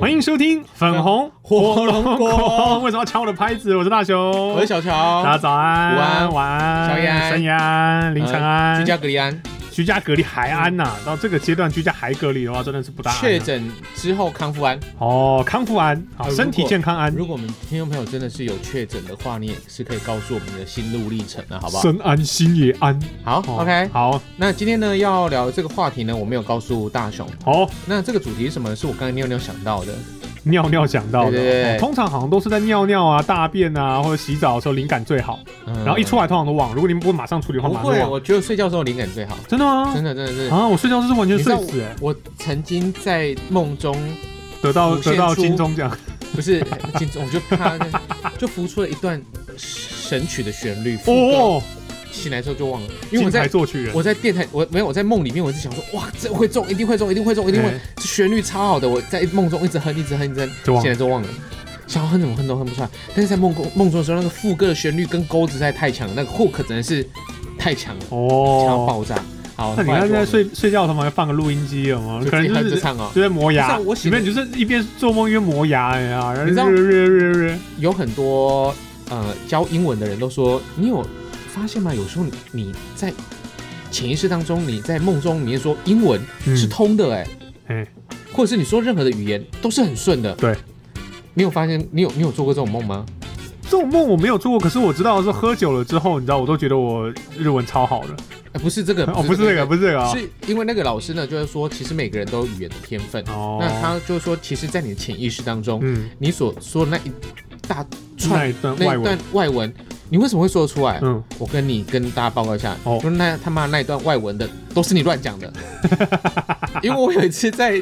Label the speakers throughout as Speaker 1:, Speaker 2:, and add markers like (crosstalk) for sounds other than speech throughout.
Speaker 1: 欢迎收听粉红
Speaker 2: 火龙果
Speaker 1: 为什么要抢我的拍子？我是大雄，
Speaker 2: 我是小乔，
Speaker 1: 大家早安、
Speaker 2: 午安
Speaker 1: 晚安、
Speaker 2: 宵夜安
Speaker 1: 深夜安、凌晨安、
Speaker 2: 呃居家隔离安，
Speaker 1: 居家隔离还安呐、到这个阶段居家还隔离的话，真的是不大安啊、
Speaker 2: 确诊之后康复安。
Speaker 1: 哦，康复安，好，
Speaker 2: 呃如果
Speaker 1: 身体健康安，
Speaker 2: 如果我们听众朋友真的是有确诊的话，你也是可以告诉我们的心路历程啊，好不好？
Speaker 1: 身安心也安。
Speaker 2: 好、
Speaker 1: 哦
Speaker 2: o k
Speaker 1: 好，
Speaker 2: 那今天呢要聊这个话题呢，我没有告诉大雄。
Speaker 1: 好，
Speaker 2: 那这个主题是什么？是我刚才妞妞想到的。
Speaker 1: 尿尿想到的，
Speaker 2: 对对对
Speaker 1: 哦通常好像都是在尿尿啊、大便啊或者洗澡的时候灵感最好，
Speaker 2: 嗯
Speaker 1: 然后一出来通常都忘。如果你们不马上处理的话，
Speaker 2: 不
Speaker 1: 马上
Speaker 2: 会，
Speaker 1: 忘。哦
Speaker 2: 我觉得睡觉的时候灵感最好。
Speaker 1: 真的吗？
Speaker 2: 真的，真的，真的。
Speaker 1: 啊，我睡觉是完全
Speaker 2: 你知
Speaker 1: 睡
Speaker 2: 道
Speaker 1: 死、欸，
Speaker 2: 我曾经在梦中，
Speaker 1: 得到
Speaker 2: 浮现
Speaker 1: 得到
Speaker 2: 出
Speaker 1: 金钟奖。
Speaker 2: 不是， (laughs) 进我就怕，
Speaker 1: (laughs)
Speaker 2: 就浮出了一段神曲的旋律。哦，
Speaker 1: 哦，
Speaker 2: 醒来之后就忘了，因为
Speaker 1: 金
Speaker 2: 我在
Speaker 1: 牌作曲人，
Speaker 2: 我在电台，我没有我在梦里面，我是想说，哇，这会中，一定会中，一定会中，一定会
Speaker 1: 哎，
Speaker 2: 这旋律超好的。我在梦中一直哼，一直哼，一直
Speaker 1: 就
Speaker 2: 哼，
Speaker 1: 忘了
Speaker 2: 现在都忘了，想要哼怎么哼都哼不出来。但是在梦中梦中的时候，那个副歌的旋律跟钩子实在太强了，那个 hook 真的是太强了，强到
Speaker 1: 哦。
Speaker 2: 爆炸。好，
Speaker 1: 那你
Speaker 2: 后来
Speaker 1: 看现在
Speaker 2: 就忘了
Speaker 1: 睡睡觉的时候，放个录音机有吗？
Speaker 2: 就
Speaker 1: 可
Speaker 2: 自己
Speaker 1: 能
Speaker 2: 哼
Speaker 1: 就
Speaker 2: 着
Speaker 1: 是
Speaker 2: 唱哦。
Speaker 1: 就在磨
Speaker 2: 不是
Speaker 1: 牙
Speaker 2: 啊，我
Speaker 1: 里
Speaker 2: 醒
Speaker 1: 面就是一边做梦一边磨牙哎呀，然后
Speaker 2: 你知道
Speaker 1: 就是
Speaker 2: 有很多呃教英文的人都说，你有发现吗？有时候你你在潜意识当中，你在梦中，你也说英文是
Speaker 1: 嗯，
Speaker 2: 通的、欸，
Speaker 1: 哎，
Speaker 2: 或者是你说任何的语言都是很顺的。
Speaker 1: 对，
Speaker 2: 你有发现你有你有做过这种梦吗？
Speaker 1: 这种梦我没有做过，可是我知道是喝酒了之后，你知道我都觉得我日文超好的。
Speaker 2: 呃、不是这个，
Speaker 1: 哦，不是这个，不是这个啊。
Speaker 2: 是因为那个老师呢，就是说，其实每个人都有语言的天分。
Speaker 1: 哦，
Speaker 2: 那他就说，其实，在你的潜意识当中，
Speaker 1: 嗯，
Speaker 2: 你所说的那一大
Speaker 1: 那
Speaker 2: 串
Speaker 1: 一段
Speaker 2: 那
Speaker 1: 外
Speaker 2: 一
Speaker 1: 文
Speaker 2: 段，外文，你为什么会说得出来？
Speaker 1: 嗯，
Speaker 2: 我跟你跟大家报告一下，
Speaker 1: 哦
Speaker 2: 就是那他妈那一段外文的都是你乱讲
Speaker 1: (laughs)
Speaker 2: 的，因为我有一次在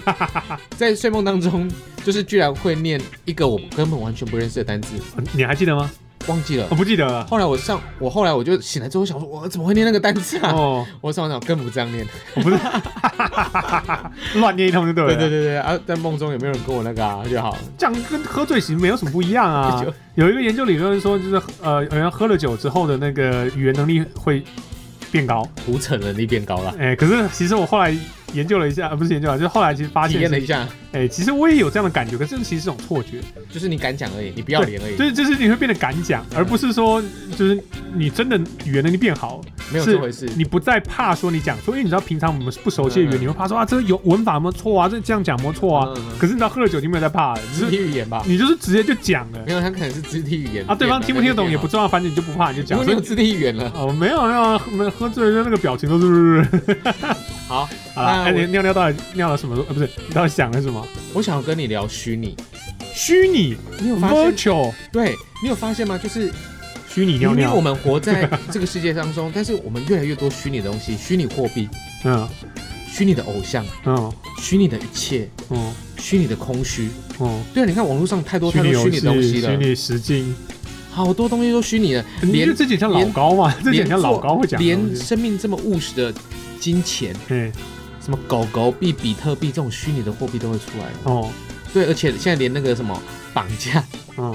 Speaker 2: 在睡梦当中，就是居然会念一个我根本完全不认识的单字，
Speaker 1: 你还记得吗？哦
Speaker 2: 忘记了
Speaker 1: 我。不记得了。
Speaker 2: 后来我上我后来我就醒来之后想说，我怎么会念那个单字啊？
Speaker 1: 哦，
Speaker 2: 我上网找根本不这样念。
Speaker 1: 我不是， (laughs) 乱念一通就对了。
Speaker 2: 对对对对啊！在梦中有没有人跟我那个啊就好？
Speaker 1: 这样跟喝醉型没有什么不一样啊
Speaker 2: (laughs) 就。
Speaker 1: 有一个研究理论说，就是呃，好像喝了酒之后的那个语言能力会变高。
Speaker 2: 胡扯能力变高了，
Speaker 1: 哎、可是其实我后来研究了一下，呃、不是研究啊，就是后来其实发
Speaker 2: 体
Speaker 1: 现
Speaker 2: 验了
Speaker 1: 是，
Speaker 2: 一下，哎
Speaker 1: 哎、其实我也有这样的感觉，可是这其实是一种错觉，
Speaker 2: 就是你敢讲而已，你不要脸而已
Speaker 1: 就，是就是你会变得敢讲，
Speaker 2: 嗯
Speaker 1: 而不是说就是你真的语言能力变好，
Speaker 2: 没有
Speaker 1: 是
Speaker 2: 这回事。
Speaker 1: 你不再怕说你讲错，因为你知道平常我们是不熟悉的语言，
Speaker 2: 嗯
Speaker 1: 你会怕说啊，这个有文法有没有错啊，这这样讲有没有错啊？
Speaker 2: 嗯嗯嗯
Speaker 1: 可是你知道喝了酒，你没有在怕了，你
Speaker 2: 肢 (laughs)
Speaker 1: 就是
Speaker 2: 体语言吧？
Speaker 1: 你就是直接就讲了
Speaker 2: 没。有，他可能是肢体语言
Speaker 1: 啊，对方听不听得懂也不
Speaker 2: 重
Speaker 1: 重要，反正你就不怕你就
Speaker 2: 要，
Speaker 1: 讲。
Speaker 2: 因为
Speaker 1: 所
Speaker 2: 你有
Speaker 1: 以
Speaker 2: 肢体语言了。
Speaker 1: 哦，没有没有，喝喝醉的那个表情都是。
Speaker 2: 好，
Speaker 1: 好了，
Speaker 2: 那
Speaker 1: 哎，
Speaker 2: 我
Speaker 1: 你尿尿到底尿了什么？呃，不是，你到底想了什么？
Speaker 2: 我想要跟你聊虚拟，
Speaker 1: 虚拟
Speaker 2: 你有发现？
Speaker 1: ，virtual，
Speaker 2: 对你有发现吗？就是
Speaker 1: 虚拟尿
Speaker 2: 明明我
Speaker 1: 尿。
Speaker 2: 们活在这个世界当中，但是我们越来越多虚拟的东西，虚拟货币、
Speaker 1: 嗯
Speaker 2: 虚拟的偶像、
Speaker 1: 嗯
Speaker 2: 虚拟的一切、
Speaker 1: 嗯
Speaker 2: 虚拟的空虚。
Speaker 1: 嗯，
Speaker 2: 对啊，你看网络上太多太多
Speaker 1: 游
Speaker 2: 虚拟
Speaker 1: 戏，
Speaker 2: 的东西
Speaker 1: 虚
Speaker 2: 了，
Speaker 1: 拟实境，
Speaker 2: 好多东西都虚拟的，
Speaker 1: 你觉得这几像老高嘛？这几像老高会讲的东
Speaker 2: 连
Speaker 1: 西。
Speaker 2: 生命这么务实的金钱，
Speaker 1: 嗯
Speaker 2: 什么狗狗币、比特币这种虚拟的货币都会出来了。
Speaker 1: 哦
Speaker 2: 对，而且现在连那个什么绑架，
Speaker 1: 嗯，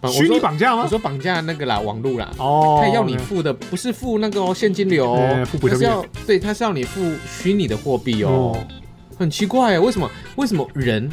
Speaker 2: 绑
Speaker 1: 虚
Speaker 2: 啊我
Speaker 1: 拟
Speaker 2: 说
Speaker 1: 绑架
Speaker 2: 我
Speaker 1: 吗？
Speaker 2: 说绑架那个啦，网路啦，
Speaker 1: 哦，
Speaker 2: 他要你付的不是付那个哦现金流哦
Speaker 1: 哎付，比
Speaker 2: 他
Speaker 1: 特
Speaker 2: 是
Speaker 1: 币
Speaker 2: 要对，他是要你付虚拟的货币哦
Speaker 1: 哦，
Speaker 2: 很奇怪耶，为什么为什么人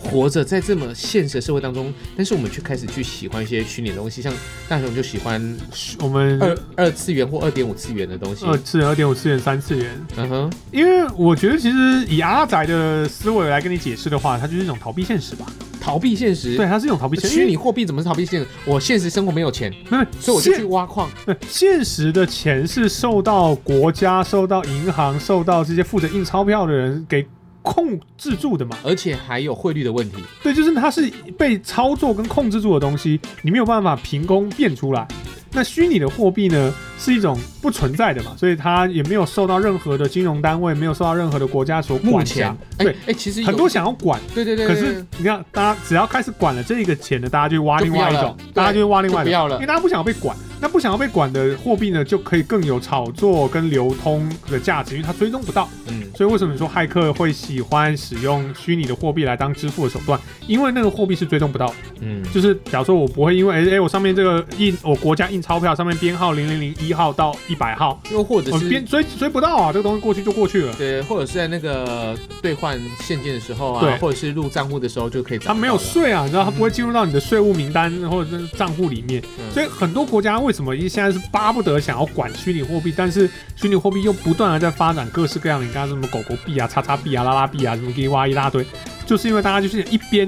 Speaker 2: 活着在这么现实的社会当中，但是我们却开始去喜欢一些虚拟的东西，像大雄就喜欢
Speaker 1: 我们
Speaker 2: 二二次元或二点五次元的东西，
Speaker 1: 二次元、二点五次元、三次元，
Speaker 2: 嗯哼，
Speaker 1: 因为我觉得其实以阿宅的思维来跟你解释的话，它就是一种逃避现实吧。
Speaker 2: 逃避现实。
Speaker 1: 对，它是一种逃避现实。
Speaker 2: 虚拟货币怎么是逃避现实？我现实生活没有钱，
Speaker 1: 因为没有，
Speaker 2: 所以我就去
Speaker 1: 现
Speaker 2: 挖矿。
Speaker 1: 对现实的钱是受到国家、受到银行、受到这些负责印钞票的人给控制住的嘛。
Speaker 2: 而且还有汇率的问题。
Speaker 1: 对，就是它是被操作跟控制住的东西，你没有办法凭空变出来。那虚拟的货币呢，是一种不存在的嘛，所以它也没有受到任何的金融单位，没有受到任何的国家所
Speaker 2: 目
Speaker 1: 管
Speaker 2: 前
Speaker 1: 辖。，
Speaker 2: 哎、
Speaker 1: 对
Speaker 2: 哎、其实有
Speaker 1: 很多想要管，
Speaker 2: 对对对，
Speaker 1: 可
Speaker 2: 对
Speaker 1: 是你看，大家只要开始管了这一个钱的，大家就挖
Speaker 2: 就
Speaker 1: 另
Speaker 2: 不
Speaker 1: 外
Speaker 2: 要
Speaker 1: 一
Speaker 2: 了
Speaker 1: 种，
Speaker 2: 对
Speaker 1: 大家就挖另外
Speaker 2: 就
Speaker 1: 一种，
Speaker 2: 不要
Speaker 1: 因
Speaker 2: 了
Speaker 1: 为。大家不想要被管。那不想要被管的货币呢，就可以更有炒作跟流通的价值，因为它追踪不到。
Speaker 2: 嗯，
Speaker 1: 所以为什么你说骇客会喜欢使用虚拟的货币来当支付的手段？因为那个货币是追踪不到的。
Speaker 2: 嗯，
Speaker 1: 就是假如说我不会因为哎、诶我上面这个印我国家印钞票上面编号零零零一号到一百号，
Speaker 2: 又或者
Speaker 1: 我
Speaker 2: 是
Speaker 1: 编追追不到啊，这个东西过去就过去了。
Speaker 2: 对，或者是在那个兑换现金的时候
Speaker 1: 对
Speaker 2: 啊，或者是入账户的时候就可以找
Speaker 1: 它
Speaker 2: 得到了。
Speaker 1: 没有税啊，你知道它不会进入到你的税务名单或者是账户里面，
Speaker 2: 嗯，
Speaker 1: 所以很多国家为什么现在是巴不得想要管虚拟货币，但是虚拟货币又不断的在发展各式各样的，你刚刚什么狗狗币啊、叉叉币啊、拉拉币啊，什么给哇一大堆，就是因为大家就是一边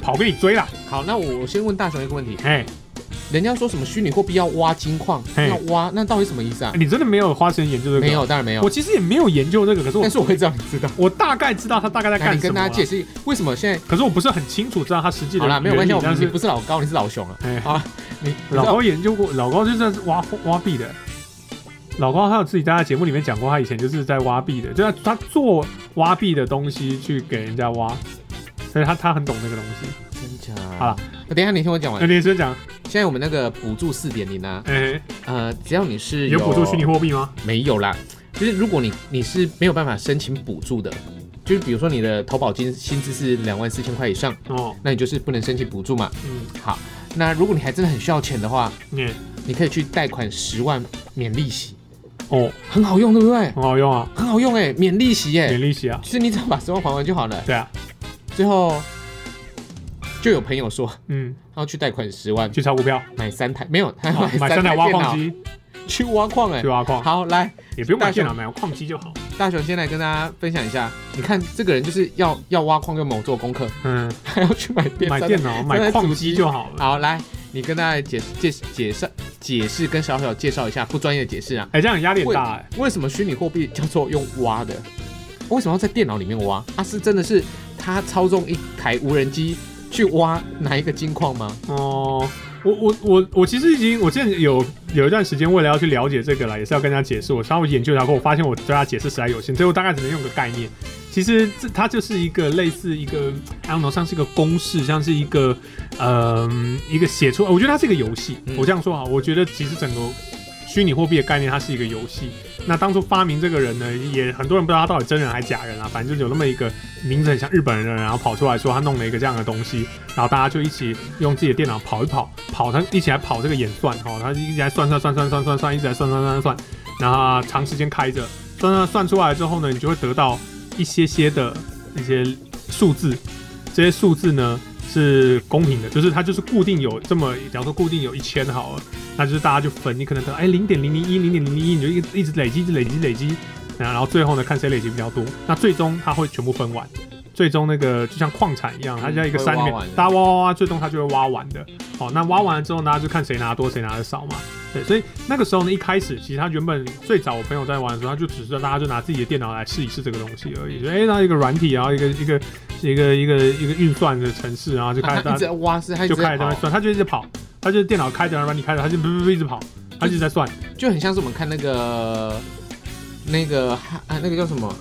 Speaker 1: 跑给你追啦，
Speaker 2: 好，那我先问大雄一个问题，
Speaker 1: 哎，
Speaker 2: 人家说什么虚拟货币要挖金矿，
Speaker 1: 嘿
Speaker 2: 要挖，那到底什么意思啊？
Speaker 1: 你真的没有花时间研究这个？
Speaker 2: 没，有，当然没有
Speaker 1: 我。其实也没有研究这个，可是我
Speaker 2: 但是我会知道你知道。
Speaker 1: 我大概知道他大概在
Speaker 2: 那
Speaker 1: 干
Speaker 2: 哎你
Speaker 1: 什
Speaker 2: 跟
Speaker 1: 么
Speaker 2: 大
Speaker 1: 啦
Speaker 2: 家。解释为什么现在
Speaker 1: 可是我不是很清楚知道他实际的
Speaker 2: 好啦，没有关系，
Speaker 1: 原
Speaker 2: 我
Speaker 1: 理但
Speaker 2: 们你
Speaker 1: 是
Speaker 2: 不是老高，你是老熊啊。
Speaker 1: 哎，
Speaker 2: 好啊，你你知
Speaker 1: 老
Speaker 2: 道
Speaker 1: 高研究过，老高就是挖挖币的。老高他有自己在他节目里面讲过，他以前就是在挖币的，就是他做挖币的东西去给人家挖，所以他他很懂那个东西。
Speaker 2: 真假？
Speaker 1: 好啦，
Speaker 2: 那等一下你听我讲
Speaker 1: 那
Speaker 2: 完。
Speaker 1: 你是讲，
Speaker 2: 现在我们那个补助四点零啊，
Speaker 1: 哎、
Speaker 2: 呃，只要你是
Speaker 1: 有补助虚拟货币吗？
Speaker 2: 没有啦，就是如果你你是没有办法申请补助的，就是比如说你的投保金薪资是两万四千块以上，
Speaker 1: 哦，
Speaker 2: 那你就是不能申请补助嘛。
Speaker 1: 嗯，哎
Speaker 2: 那如果你还真的很需要钱的话，
Speaker 1: 你、
Speaker 2: 你可以去贷款十万免利息，
Speaker 1: 哦，
Speaker 2: 很好用，对不对？
Speaker 1: 很好用啊，
Speaker 2: 很好用哎、免利息哎、
Speaker 1: 免利息啊，
Speaker 2: 就是你只要把十万还完就好了。
Speaker 1: 对啊，
Speaker 2: 最后就有朋友说，
Speaker 1: 嗯，
Speaker 2: 他要去贷款十万
Speaker 1: 去炒股票，
Speaker 2: 买三台，没有，他要
Speaker 1: 哦买三
Speaker 2: 三
Speaker 1: 台挖
Speaker 2: 电
Speaker 1: 矿
Speaker 2: 脑
Speaker 1: 机，
Speaker 2: 去挖矿哎、
Speaker 1: 去挖矿，
Speaker 2: 好，来，
Speaker 1: 也不用买
Speaker 2: 大雄
Speaker 1: 电脑，买矿机就好。
Speaker 2: 大雄先来跟大家分享一下，你看这个人就是要要挖矿又猛做功课，
Speaker 1: 嗯，
Speaker 2: 还要去买电
Speaker 1: 买电脑，买矿机就好了。
Speaker 2: 好，来，你跟大家解解解释解释跟小小介绍一下，不专业的解释啊。
Speaker 1: 哎、这样压力很
Speaker 2: 为
Speaker 1: 大哎、
Speaker 2: 为什么虚拟货币叫做用挖的？为什么要在电脑里面挖？啊，是真的是他操纵一台无人机去挖哪一个金矿吗？
Speaker 1: 哦，我我我我其实已经，我之前有有一段时间为了要去了解这个啦，也是要跟大家解释，我稍微研究一下过，我发现我对它解释实在有限，所以我大概只能用个概念。其实这它就是一个类似一个，I don't know，像是一个公式，像是一个，嗯、一个写出，我觉得它是一个游戏。
Speaker 2: 嗯
Speaker 1: 我这样说啊，我觉得其实整个虚拟货币的概念，它是一个游戏。那当初发明这个人呢，也很多人不知道他到底真人还假人啊，反正就有那么一个名字很像日本人的人，然后跑出来说他弄了一个这样的东西，然后大家就一起用自己的电脑跑一跑，跑他一起来跑这个演算哈、哦，他一直来算算算算算算算，一直来算算算算，然后长时间开着，算算算出来之后呢，你就会得到一些些的一些数字，这些数字呢是公平的，就是它就是固定有这么，假如说固定有一千好了，那就是大家就分，你可能得哎零点零零一零点零零一，你就一直一直累积，一直累积累积，然后最后呢看谁累积比较多，那最终它会全部分完。最终那个就像矿产一样，它像一个
Speaker 2: 会
Speaker 1: 山里面
Speaker 2: 挖完的
Speaker 1: 大家挖挖挖，最终它就会挖完的。好、那挖完了之后呢，就看谁拿得多，谁拿的少嘛。对，所以那个时候呢，一开始其实他原本最早我朋友在玩的时候，他就只是大家就拿自己的电脑来试一试这个东西而
Speaker 2: 嗯
Speaker 1: 已。就哎，然后一个软体，然后一个一个一个一个一个运算的程式，然后就开
Speaker 2: 啊 (laughs)
Speaker 1: 始
Speaker 2: 他
Speaker 1: 大
Speaker 2: 一直
Speaker 1: 家
Speaker 2: 在挖是，他一
Speaker 1: 就
Speaker 2: 直
Speaker 1: 开始在
Speaker 2: 在
Speaker 1: 那边，
Speaker 2: 跑
Speaker 1: 算，他就一直跑，他就是电脑开着，然后软体开着，他就噗噗噗一直跑，他就一直在算。
Speaker 2: 就很像是我们看那个那个啊那个叫什么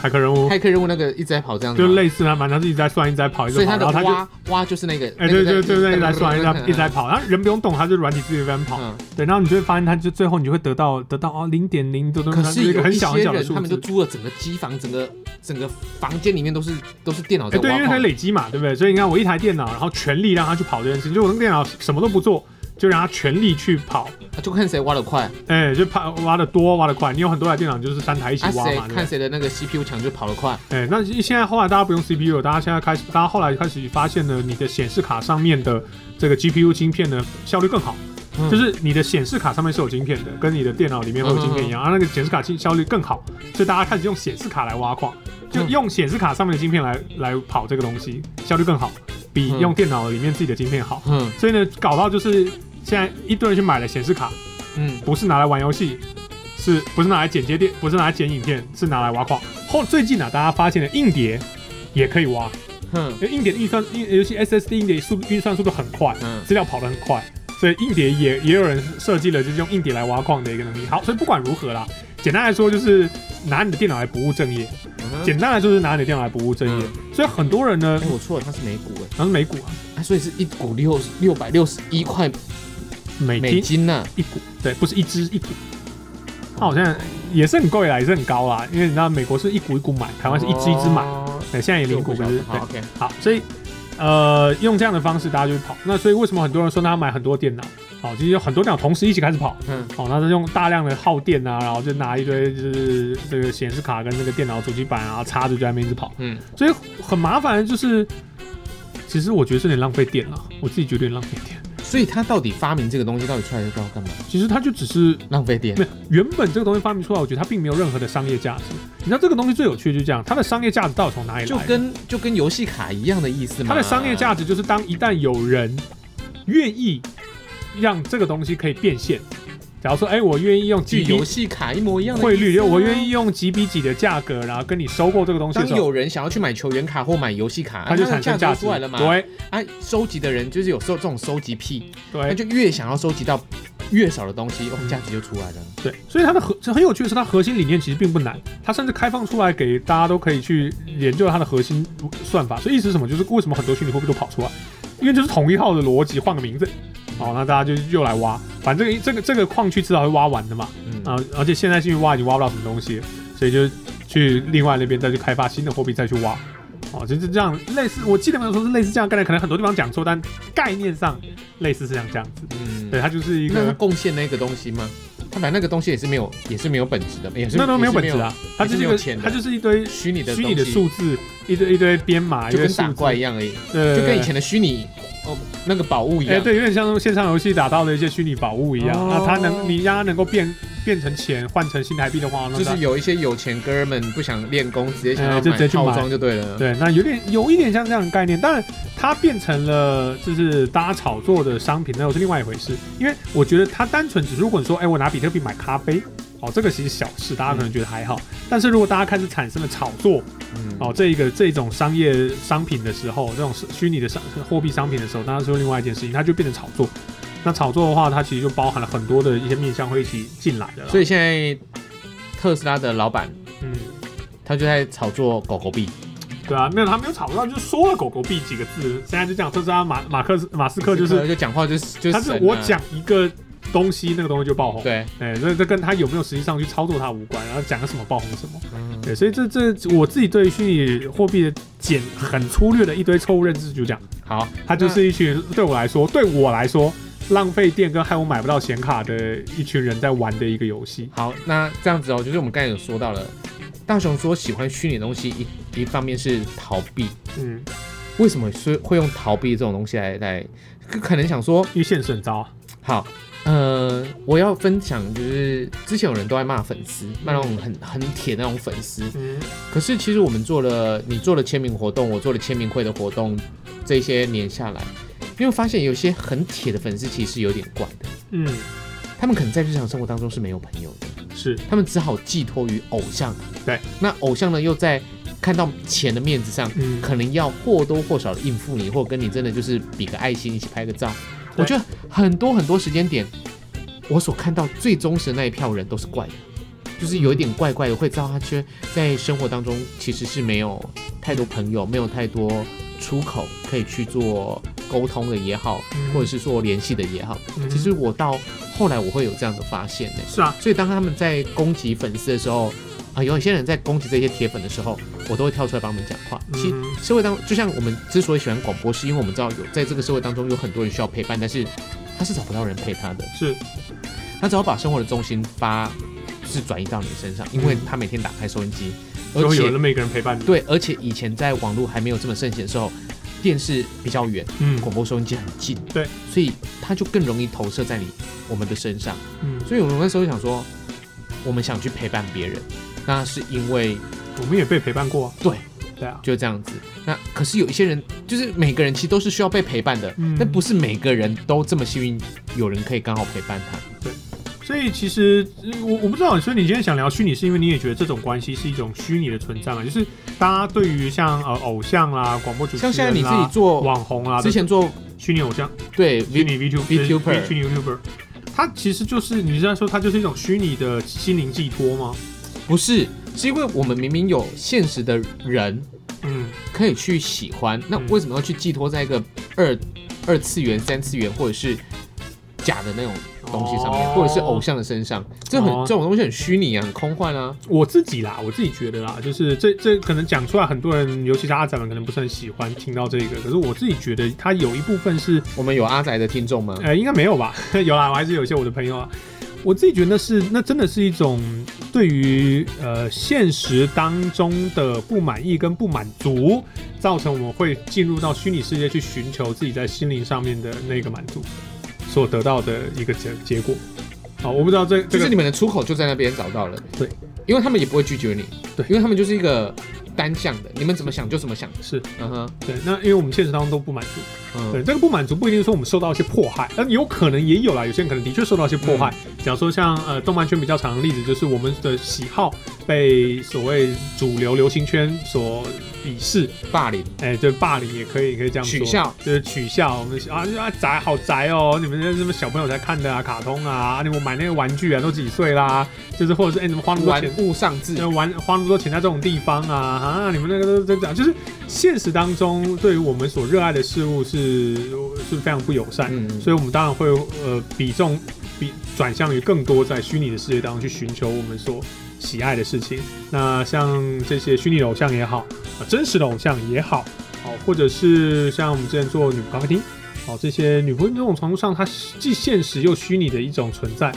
Speaker 1: 骇客人物
Speaker 2: 骇客任务那个一直在跑这样子
Speaker 1: 就
Speaker 2: 吗，
Speaker 1: 类似他反正他是一直在算，一直在跑，一直
Speaker 2: 所
Speaker 1: 在
Speaker 2: 以他
Speaker 1: 跑，
Speaker 2: 的
Speaker 1: 然后他就
Speaker 2: 挖挖就是那个，
Speaker 1: 哎
Speaker 2: 那个
Speaker 1: 对对对对，一直在算，一直
Speaker 2: (laughs)
Speaker 1: 在一直在
Speaker 2: 嗯
Speaker 1: 跑，然后人不用动，他就软体自己在那边跑。
Speaker 2: 嗯，
Speaker 1: 对，然后你就会发现，它就最后你就会得到得到哦零点零多多，
Speaker 2: 可
Speaker 1: 它就是一个
Speaker 2: 有
Speaker 1: 很
Speaker 2: 一
Speaker 1: 小很
Speaker 2: 些
Speaker 1: 小的
Speaker 2: 人
Speaker 1: 数
Speaker 2: 他们就
Speaker 1: 字。
Speaker 2: 租了整个机房，整个整个房间里面都是都是电脑
Speaker 1: 哎、
Speaker 2: 在
Speaker 1: 对，因
Speaker 2: 挖
Speaker 1: 为它
Speaker 2: 矿，
Speaker 1: 累积嘛，对不对？所以你看，我一台电脑，然后全力让它去跑这件事情，就我那个电脑什么都不做，就让它全力去跑，
Speaker 2: 啊就看谁挖的快，
Speaker 1: 哎、就跑挖的多，挖的快。你有很多台电脑就是三台一起
Speaker 2: 啊
Speaker 1: 挖嘛，
Speaker 2: 谁
Speaker 1: 对不对
Speaker 2: 看谁的那个 CPU 强就跑得快，
Speaker 1: 哎、那现在后来大家不用 CPU 了，大家现在开始，大家后来开始发现呢，你的显示卡上面的这个 GPU 晶片呢效率更好，
Speaker 2: 嗯
Speaker 1: 就是你的显示卡上面是有晶片的，跟你的电脑里面会有晶片一
Speaker 2: 嗯
Speaker 1: 样，啊，那个显示卡效率更好，所以大家开始用显示卡来挖矿，就
Speaker 2: 嗯
Speaker 1: 用显示卡上面的晶片来来跑这个东西，效率更好，比
Speaker 2: 嗯
Speaker 1: 用电脑里面自己的晶片好，
Speaker 2: 嗯
Speaker 1: 所以呢，搞到就是现在一堆人去买了显示卡，
Speaker 2: 嗯，
Speaker 1: 不是拿来玩游戏，是不是拿来剪接电，不是拿来剪影片，是拿来挖矿。后最近啊，大家发现了硬碟也可以挖，
Speaker 2: 哼
Speaker 1: 因为硬碟的运算，硬尤其 SSD 硬碟速运算速度很快，
Speaker 2: 嗯
Speaker 1: 资料跑得很快，所以硬碟也也有人设计了，就是用硬碟来挖矿的一个能力。好，所以不管如何啦，简单来说就是拿你的电脑来不务正业，
Speaker 2: 嗯
Speaker 1: 简单来说就是拿你的电脑来不务正业。所以很多人呢
Speaker 2: 哎，，我错了，它是美股欸
Speaker 1: 好像是美股啊，
Speaker 2: 哎，啊所以是一股六六百六十一块
Speaker 1: 美
Speaker 2: 美
Speaker 1: 金
Speaker 2: 金呐、
Speaker 1: 一股，对，不是一只一股。它好像也是很贵啦，也是很高啦，因为你知道美国是一股一股买，台湾是一只一只买，
Speaker 2: 哦
Speaker 1: 对，现在也
Speaker 2: 这
Speaker 1: 零
Speaker 2: 我
Speaker 1: 股，
Speaker 2: 不
Speaker 1: 可
Speaker 2: 晓
Speaker 1: 是
Speaker 2: 得
Speaker 1: 对
Speaker 2: 好 OK，
Speaker 1: 好，所以呃，用这样的方式大家就会跑。那所以为什么很多人说他买很多电脑？好，其实有很多电脑同时一起开始跑。
Speaker 2: 嗯，
Speaker 1: 哦，那他用大量的耗电啊，然后就拿一堆就是这个显示卡跟那个电脑主机板啊插着就在那边一直跑，
Speaker 2: 嗯，
Speaker 1: 所以很麻烦。就是其实我觉得是有点浪费电了，我自己觉得有点浪费电。
Speaker 2: 所以他到底发明这个东西到底出来要干嘛？
Speaker 1: 其实它就只是
Speaker 2: 浪费电
Speaker 1: 没，有，原本这个东西发明出来，我觉得它并没有任何的商业价值。你知道这个东西最有趣的就是这样，它的商业价值到底从哪里来的？
Speaker 2: 就跟就跟游戏卡一样的意思嘛。
Speaker 1: 它的商业价值就是，当一旦有人愿意让这个东西可以变现，假如说，哎、我愿意用
Speaker 2: 就
Speaker 1: 几
Speaker 2: 游
Speaker 1: 比
Speaker 2: 戏卡一模一样的
Speaker 1: 汇
Speaker 2: 意
Speaker 1: 率，
Speaker 2: 思啊
Speaker 1: 我愿意。用几比几的价格，然后跟你收购这个东西的
Speaker 2: 当
Speaker 1: 时候，
Speaker 2: 有人想要去买球员卡或买游戏卡，啊
Speaker 1: 它就
Speaker 2: 那
Speaker 1: 产生
Speaker 2: 价
Speaker 1: 价
Speaker 2: 值
Speaker 1: 值
Speaker 2: 出来了嘛。
Speaker 1: 对
Speaker 2: 啊，收集的人就是有时候这种收集癖，他
Speaker 1: 对
Speaker 2: 就越想要收集到越少的东西，哦，价值就出来了。
Speaker 1: 对，所以它的核很有趣的是，它核心理念其实并不难，它甚至开放出来给大家都可以去研究它的核心算法。所以意思是什么？就是为什么很多虚拟货币都跑出来，因为就是同一套的逻辑，换个名字。好，那大家就又来挖，反正这个这个这个矿区迟早会挖完的嘛。
Speaker 2: 嗯，
Speaker 1: 啊，而且现在去挖已经挖不到什么东西了，所以就去另外那边再去开发新的货币再去挖。哦，就是这样，类似我记得没有说是类似这样的概念，可能很多地方讲错，但概念上类似是像这样子。
Speaker 2: 嗯
Speaker 1: 对，它就是一
Speaker 2: 那他
Speaker 1: 个
Speaker 2: 贡献那个东西吗？他把那个东西也是没有，也是没有本质的，也是
Speaker 1: 那都没有
Speaker 2: 也是
Speaker 1: 本质啊，它就是一个
Speaker 2: 也是没有钱的
Speaker 1: 它就是一堆
Speaker 2: 虚拟的
Speaker 1: 虚拟的
Speaker 2: 东西，
Speaker 1: 数字，一堆一堆编码，一
Speaker 2: 就
Speaker 1: 堆
Speaker 2: 跟
Speaker 1: 数
Speaker 2: 打
Speaker 1: 字，
Speaker 2: 怪一样而已，
Speaker 1: 对，
Speaker 2: 就
Speaker 1: 就
Speaker 2: 跟以前的虚拟哦那个宝物一
Speaker 1: 哎、
Speaker 2: 样。
Speaker 1: 对，有点像线上游戏打到的一些虚拟宝物一样。
Speaker 2: 哦
Speaker 1: 那它能，你让它能够变变成钱，换成新台币的话，那
Speaker 2: 就
Speaker 1: 它
Speaker 2: 是有一些有钱哥们不想练功，直接想
Speaker 1: 哎
Speaker 2: 要
Speaker 1: 就直接
Speaker 2: 买
Speaker 1: 去买
Speaker 2: 套装就对了。
Speaker 1: 对，那有点有一点像这样的概念，当然它变成了就是大家炒作的商品，那又是另外一回事。因为我觉得它单纯只是如果你说，哎、我拿比特币买咖啡，哦，这个其实小事，大家可能觉得还好。但是如果大家开始产生了炒作，
Speaker 2: 嗯，
Speaker 1: 哦，这一个这种商业商品的时候，这种虚拟的商货币商品的时候，当然是另外一件事情，它就变成炒作。那炒作的话，它其实就包含了很多的一些面向会一起进来的啦。
Speaker 2: 所以现在特斯拉的老板
Speaker 1: 嗯，
Speaker 2: 他就在炒作狗狗币，
Speaker 1: 对啊，没有他没有炒作，就是说了“狗狗币”几个字，现在就讲特斯拉马马克思马斯克就是
Speaker 2: 就讲话就是就
Speaker 1: 他是
Speaker 2: 神啊
Speaker 1: 我讲一个东西，那个东西就爆红。，
Speaker 2: 对，
Speaker 1: 哎、这这跟他有没有实际上去操作它无关，然后讲个什么爆红什么。
Speaker 2: 嗯
Speaker 1: 对，所以这这我自己对虚拟货币的简很粗略的一堆错误认知就这样，
Speaker 2: 好，
Speaker 1: 它就是一群对我来说，对我来说浪费电跟害我买不到显卡的一群人在玩的一个游戏。
Speaker 2: 好，那这样子哦，就是我们刚才有说到了，大雄说喜欢虚拟的东西，一一方面是逃避，
Speaker 1: 嗯，
Speaker 2: 为什么是会用逃避这种东西来来？可可能想说，
Speaker 1: 因为现实很糟啊。
Speaker 2: 好，呃，我要分享就是之前有人都在骂粉丝，骂那种很很铁的那种粉丝，
Speaker 1: 嗯
Speaker 2: 可是其实我们做了，你做了签名活动，我做了签名会的活动，这些年下来，你会发现有些很铁的粉丝其实有点怪的，
Speaker 1: 嗯，
Speaker 2: 他们可能在日常生活当中是没有朋友的。
Speaker 1: 是
Speaker 2: 他们只好寄托于偶像。
Speaker 1: 对，
Speaker 2: 那偶像呢，又在看到钱的面子上，
Speaker 1: 嗯
Speaker 2: 可能要或多或少的应付你，或跟你真的就是比个爱心，一起拍个照。
Speaker 1: 对
Speaker 2: 我觉得很多很多时间点，我所看到最忠实的那一票人都是怪的，就是有一点怪怪的，会知道他却在生活当中其实是没有太多朋友，没有太多出口可以去做沟通的也好，
Speaker 1: 嗯
Speaker 2: 或者是说联系的也好。
Speaker 1: 嗯
Speaker 2: 其实我到后来我会有这样的发现呢、
Speaker 1: 是啊，
Speaker 2: 所以当他们在攻击粉丝的时候，啊、有一些人在攻击这些铁粉的时候，我都会跳出来帮他们讲话。其
Speaker 1: 嗯
Speaker 2: 社会当就像我们之所以喜欢广播，是因为我们知道有在这个社会当中有很多人需要陪伴，但是他是找不到人陪他的，
Speaker 1: 是
Speaker 2: 他只好把生活的重心发是转移到你身上，因为他每天打开收音机，而
Speaker 1: 都会有
Speaker 2: 且
Speaker 1: 那么一个人陪伴你。，
Speaker 2: 对，而且以前在网络还没有这么盛行的时候，电视比较远，
Speaker 1: 嗯
Speaker 2: 广播收音机很近，
Speaker 1: 对，
Speaker 2: 所以它就更容易投射在你我们的身上。
Speaker 1: 嗯，
Speaker 2: 所以我们那时候想说，我们想去陪伴别人，那是因为
Speaker 1: 我们也被陪伴过、啊。
Speaker 2: 对，
Speaker 1: 对啊，
Speaker 2: 就这样子。那可是有一些人，就是每个人其实都是需要被陪伴的，
Speaker 1: 嗯
Speaker 2: 但不是每个人都这么幸运，有人可以刚好陪伴他。
Speaker 1: 所以其实嗯我我不知道，所以你今天想聊虚拟，是因为你也觉得这种关系是一种虚拟的存在嘛？就是大家对于像呃偶像啦、广播主持人
Speaker 2: 像
Speaker 1: 啦、
Speaker 2: 现在你自己做，
Speaker 1: 网红啦，
Speaker 2: 啊之前做
Speaker 1: 虚拟偶像、
Speaker 2: 对
Speaker 1: 虚
Speaker 2: V
Speaker 1: 拟 VTuber、
Speaker 2: VTuber
Speaker 1: 虚拟 YouTuber，它其实就是你是在说它就是一种虚拟的心灵寄托吗？
Speaker 2: 不是，是因为我们明明有现实的人
Speaker 1: 嗯，
Speaker 2: 可以去喜嗯欢，那为什么要去寄托在一个二二次元、三次元或者是假的那种东西上面，
Speaker 1: 哦
Speaker 2: 或者是偶像的身上，这很、
Speaker 1: 哦
Speaker 2: 这种东西很虚拟啊，很空幻啊。
Speaker 1: 我自己啦，我自己觉得啦，就是这这可能讲出来，很多人，尤其是阿仔们，可能不是很喜欢听到这个。可是我自己觉得，它有一部分是，
Speaker 2: 我们有阿仔的听众吗？
Speaker 1: 呃，应该没有吧？ (laughs) 有啦，我还是有一些我的朋友啊。我自己觉得那是，那真的是一种对于呃现实当中的不满意跟不满足，造成我们会进入到虚拟世界去寻求自己在心灵上面的那个满足，所得到的一个结结果。好，我不知道这这
Speaker 2: 就是
Speaker 1: 个
Speaker 2: 你们的出口就在那边找到了，
Speaker 1: 对，
Speaker 2: 因为他们也不会拒绝你，
Speaker 1: 对
Speaker 2: 因为他们就是一个单向的，你们怎么想就怎么想，
Speaker 1: 是
Speaker 2: 嗯哼，
Speaker 1: 对。那因为我们现实当中都不满足。对，
Speaker 2: 嗯，
Speaker 1: 这个不满足不一定说我们受到一些迫害，但有可能也有啦。有些人可能的确受到一些迫害。
Speaker 2: 嗯
Speaker 1: 假如说像呃动漫圈比较长的例子，就是我们的喜好被所谓主流流行圈所鄙视，
Speaker 2: 霸凌，
Speaker 1: 哎、对霸凌也可以，可以这样说，
Speaker 2: 取笑，
Speaker 1: 就是取笑我们啊啊宅好宅哦，你们这什么小朋友才看的啊，卡通啊，啊你们买那个玩具啊都几岁啦，就是或者是哎、你们花那么多
Speaker 2: 玩
Speaker 1: 钱。
Speaker 2: 物丧志，
Speaker 1: 呃玩花那么多钱在这种地方啊啊！你们那个都是这样，就是现实当中对于我们所热爱的事物是是非常不友善，
Speaker 2: 嗯，嗯
Speaker 1: 所以我们当然会呃比重比转向于更多在虚拟的世界当中去寻求我们所喜爱的事情。那像这些虚拟的偶像也好，啊、真实的偶像也好，哦，或者是像我们之前做女仆咖啡厅，哦，这些女仆某种程度上它既现实又虚拟的一种存在，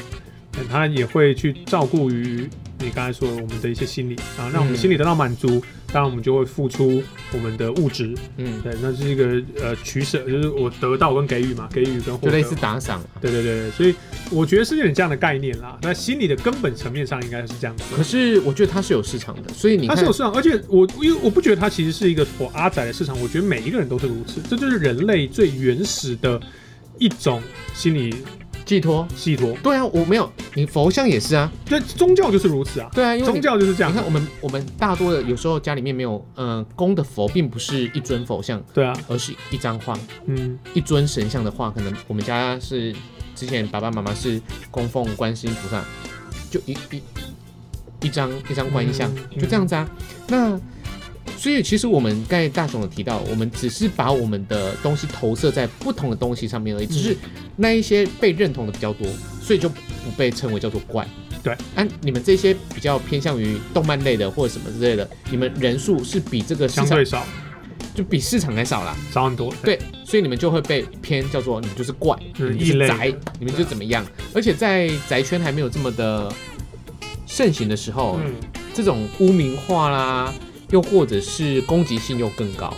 Speaker 1: 嗯，它也会去照顾于你刚才说的我们的一些心理啊，让我们
Speaker 2: 嗯
Speaker 1: 心理得到满足，当然我们就会付出我们的物质，
Speaker 2: 嗯，
Speaker 1: 对，那是一个呃取舍，就是我得到跟给予嘛，给予跟获
Speaker 2: 就
Speaker 1: 得
Speaker 2: 类
Speaker 1: 嘛。
Speaker 2: 似打赏啊。
Speaker 1: 对对对对，所以我觉得是有点这样的概念啦。那心理的根本层面上应该是这样子。
Speaker 2: 可是我觉得它是有市场的，所以你
Speaker 1: 它
Speaker 2: 看
Speaker 1: 是有市场，而且我因为我不觉得它其实是一个我阿仔的市场，我觉得每一个人都是如此，这就是人类最原始的一种心理
Speaker 2: 寄托。
Speaker 1: 寄托。
Speaker 2: 对啊，我没有，你佛像也是啊，
Speaker 1: 对，宗教就是如此啊，
Speaker 2: 对啊，因为你
Speaker 1: 宗教就是这样
Speaker 2: 你。看我们我们大多的有时候家里面没有，嗯、供的佛并不是一尊佛像，
Speaker 1: 对啊，
Speaker 2: 而是一张画，
Speaker 1: 嗯，
Speaker 2: 一尊神像的话，可能我们家是之前爸爸妈妈是供奉观世音菩萨，就一一一张一张观音像，
Speaker 1: 嗯
Speaker 2: 就这样子啊。那所以其实我们刚才大雄有提到，我们只是把我们的东西投射在不同的东西上面而已，只是那一些被认同的比较多，所以就不被称为叫做怪。
Speaker 1: 对，
Speaker 2: 啊，你们这些比较偏向于动漫类的或者什么之类的，你们人数是比这个市
Speaker 1: 相
Speaker 2: 场
Speaker 1: 对少
Speaker 2: 就比市场还少啦。
Speaker 1: 少很多。
Speaker 2: 对，所以你们就会被偏叫做你们就是怪，你
Speaker 1: 嗯
Speaker 2: 们就是
Speaker 1: 异类
Speaker 2: 宅，你们就怎么样？而且在宅圈还没有这么的盛行的时候，
Speaker 1: 嗯，
Speaker 2: 这种污名化啦，又或者是攻击性又更高。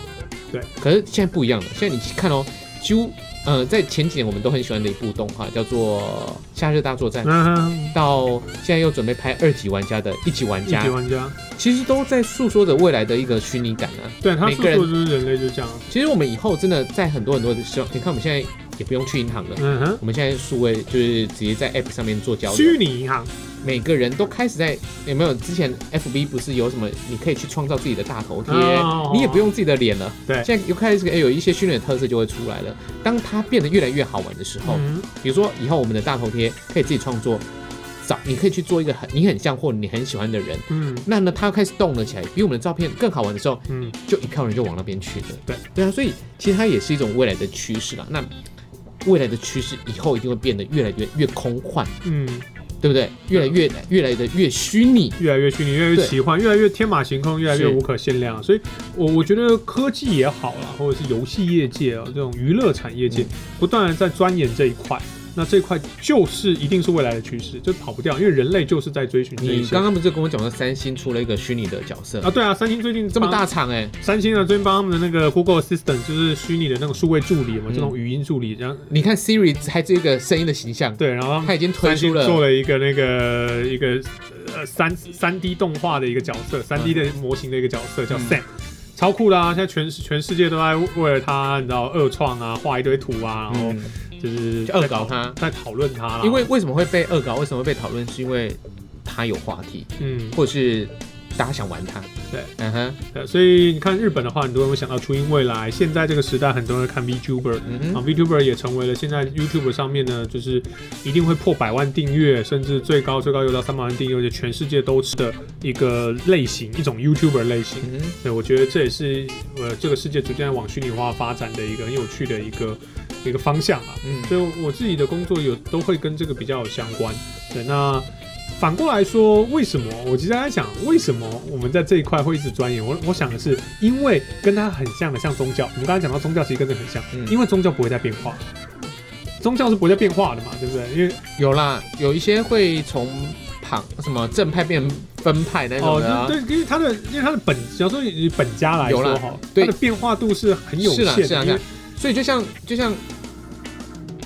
Speaker 1: 对，
Speaker 2: 可是现在不一样了，现在你看哦，几乎呃，在前几年我们都很喜欢的一部动画叫做《夏日大作战》，
Speaker 1: 嗯哼，
Speaker 2: 到现在又准备拍二级玩家的一级玩
Speaker 1: 一级
Speaker 2: 家，
Speaker 1: 玩家，
Speaker 2: 其实都在诉说着未来的一个虚拟感啊。
Speaker 1: 对，他
Speaker 2: 每
Speaker 1: 是
Speaker 2: 个人
Speaker 1: 说就是人类就这样。
Speaker 2: 其实我们以后真的在很多很多的时候，你看我们现在也不用去银行了，
Speaker 1: 嗯哼。
Speaker 2: 我们现在数位就是直接在 App 上面做交
Speaker 1: 虚
Speaker 2: 流，
Speaker 1: 拟银行，
Speaker 2: 每个人都开始在哎有没有？之前 FB 不是有什么你可以去创造自己的大头贴
Speaker 1: 哦，
Speaker 2: 你也不用自己的脸了。
Speaker 1: 对
Speaker 2: 现在又开始哎有一些虚拟的特色就会出来了。当它变得越来越好玩的时候，
Speaker 1: 嗯，
Speaker 2: 比如说以后我们的大头贴可以自己创作，找你可以去做一个很你很像或你很喜欢的人。
Speaker 1: 嗯
Speaker 2: 那呢，它开始动了起来，比我们的照片更好玩的时候，
Speaker 1: 嗯，
Speaker 2: 就一票人就往那边去了。
Speaker 1: 对
Speaker 2: 对啊，所以其实它也是一种未来的趋势啦。那未来的趋势以后一定会变得越来越越空幻，
Speaker 1: 嗯，
Speaker 2: 对不对？越来越越来的越虚拟。
Speaker 1: 越来越虚拟，越来越
Speaker 2: 对
Speaker 1: 奇幻，越来越天马行空，越来越
Speaker 2: 是
Speaker 1: 无可限量。所以我，我觉得科技也好啦，或者是游戏业界啊，这种娱乐产业界，
Speaker 2: 嗯
Speaker 1: 不断的在钻研这一块。那这一块就是一定是未来的趋势，这跑不掉，因为人类就是在追寻这一
Speaker 2: 你
Speaker 1: 些。
Speaker 2: 刚刚不是跟我讲说三星出了一个虚拟的角色，
Speaker 1: 啊，对啊，三星最近
Speaker 2: 这么
Speaker 1: 帮
Speaker 2: 大，厂哎、
Speaker 1: 三星啊呢最近帮他们的那个 Google Assistant 就是虚拟的那种数位助理嘛，
Speaker 2: 嗯
Speaker 1: 这种语音助理，然后
Speaker 2: 你看 Siri 还这个声音的形象，
Speaker 1: 对，然后他们
Speaker 2: 它已经推
Speaker 1: 三星
Speaker 2: 出了
Speaker 1: 做了一个那个一个呃三三 D 动画的一个角色，三 D 的模型的一个角色叫
Speaker 2: 嗯
Speaker 1: Sam，、超酷啦、现在全全世界都在为了他，你知道恶创啊，画一堆图啊，然后
Speaker 2: 嗯，
Speaker 1: 就是
Speaker 2: 就恶搞他
Speaker 1: 在讨论他啦。
Speaker 2: 因为为什么会被恶搞？为什么会被讨论？是因为它有话题，
Speaker 1: 嗯，
Speaker 2: 或者是大家想玩它。
Speaker 1: 对，
Speaker 2: 嗯哼，
Speaker 1: 对所以你看日本的话，很多人会想到初音未来。现在这个时代，很多人看 VTuber，
Speaker 2: 嗯
Speaker 1: 啊
Speaker 2: 哼，
Speaker 1: ，VTuber 也成为了现在 YouTube 上面呢，就是一定会破百万订阅，甚至最高最高有到三百万订阅，而且全世界都吃的一个类型，一种 YouTuber 类型。
Speaker 2: 嗯哼，
Speaker 1: 对，我觉得这也是呃这个世界逐渐往虚拟化发展的一个很有趣的一个一个方向嘛。
Speaker 2: 嗯，
Speaker 1: 所以我自己的工作有都会跟这个比较有相关。对，那反过来说，为什么我其实在想，为什么我们在这一块会一直钻研？我我想的是，因为跟它很像的，像宗教，我们刚才讲到宗教其实跟这个很像，
Speaker 2: 嗯
Speaker 1: 因为宗教不会再变化，宗教是不会再变化的嘛，对不对？因为
Speaker 2: 有啦，有一些会从旁什么正派变分派那种
Speaker 1: 哦，
Speaker 2: 的、啊
Speaker 1: 就是对，因为它的因为它的本，假如说以本家来
Speaker 2: 有
Speaker 1: 说
Speaker 2: 啦
Speaker 1: 哈，它
Speaker 2: 对
Speaker 1: 的变化度是很有限
Speaker 2: 是啦是啦
Speaker 1: 的，因
Speaker 2: 是
Speaker 1: 为
Speaker 2: 啦，所以就像就像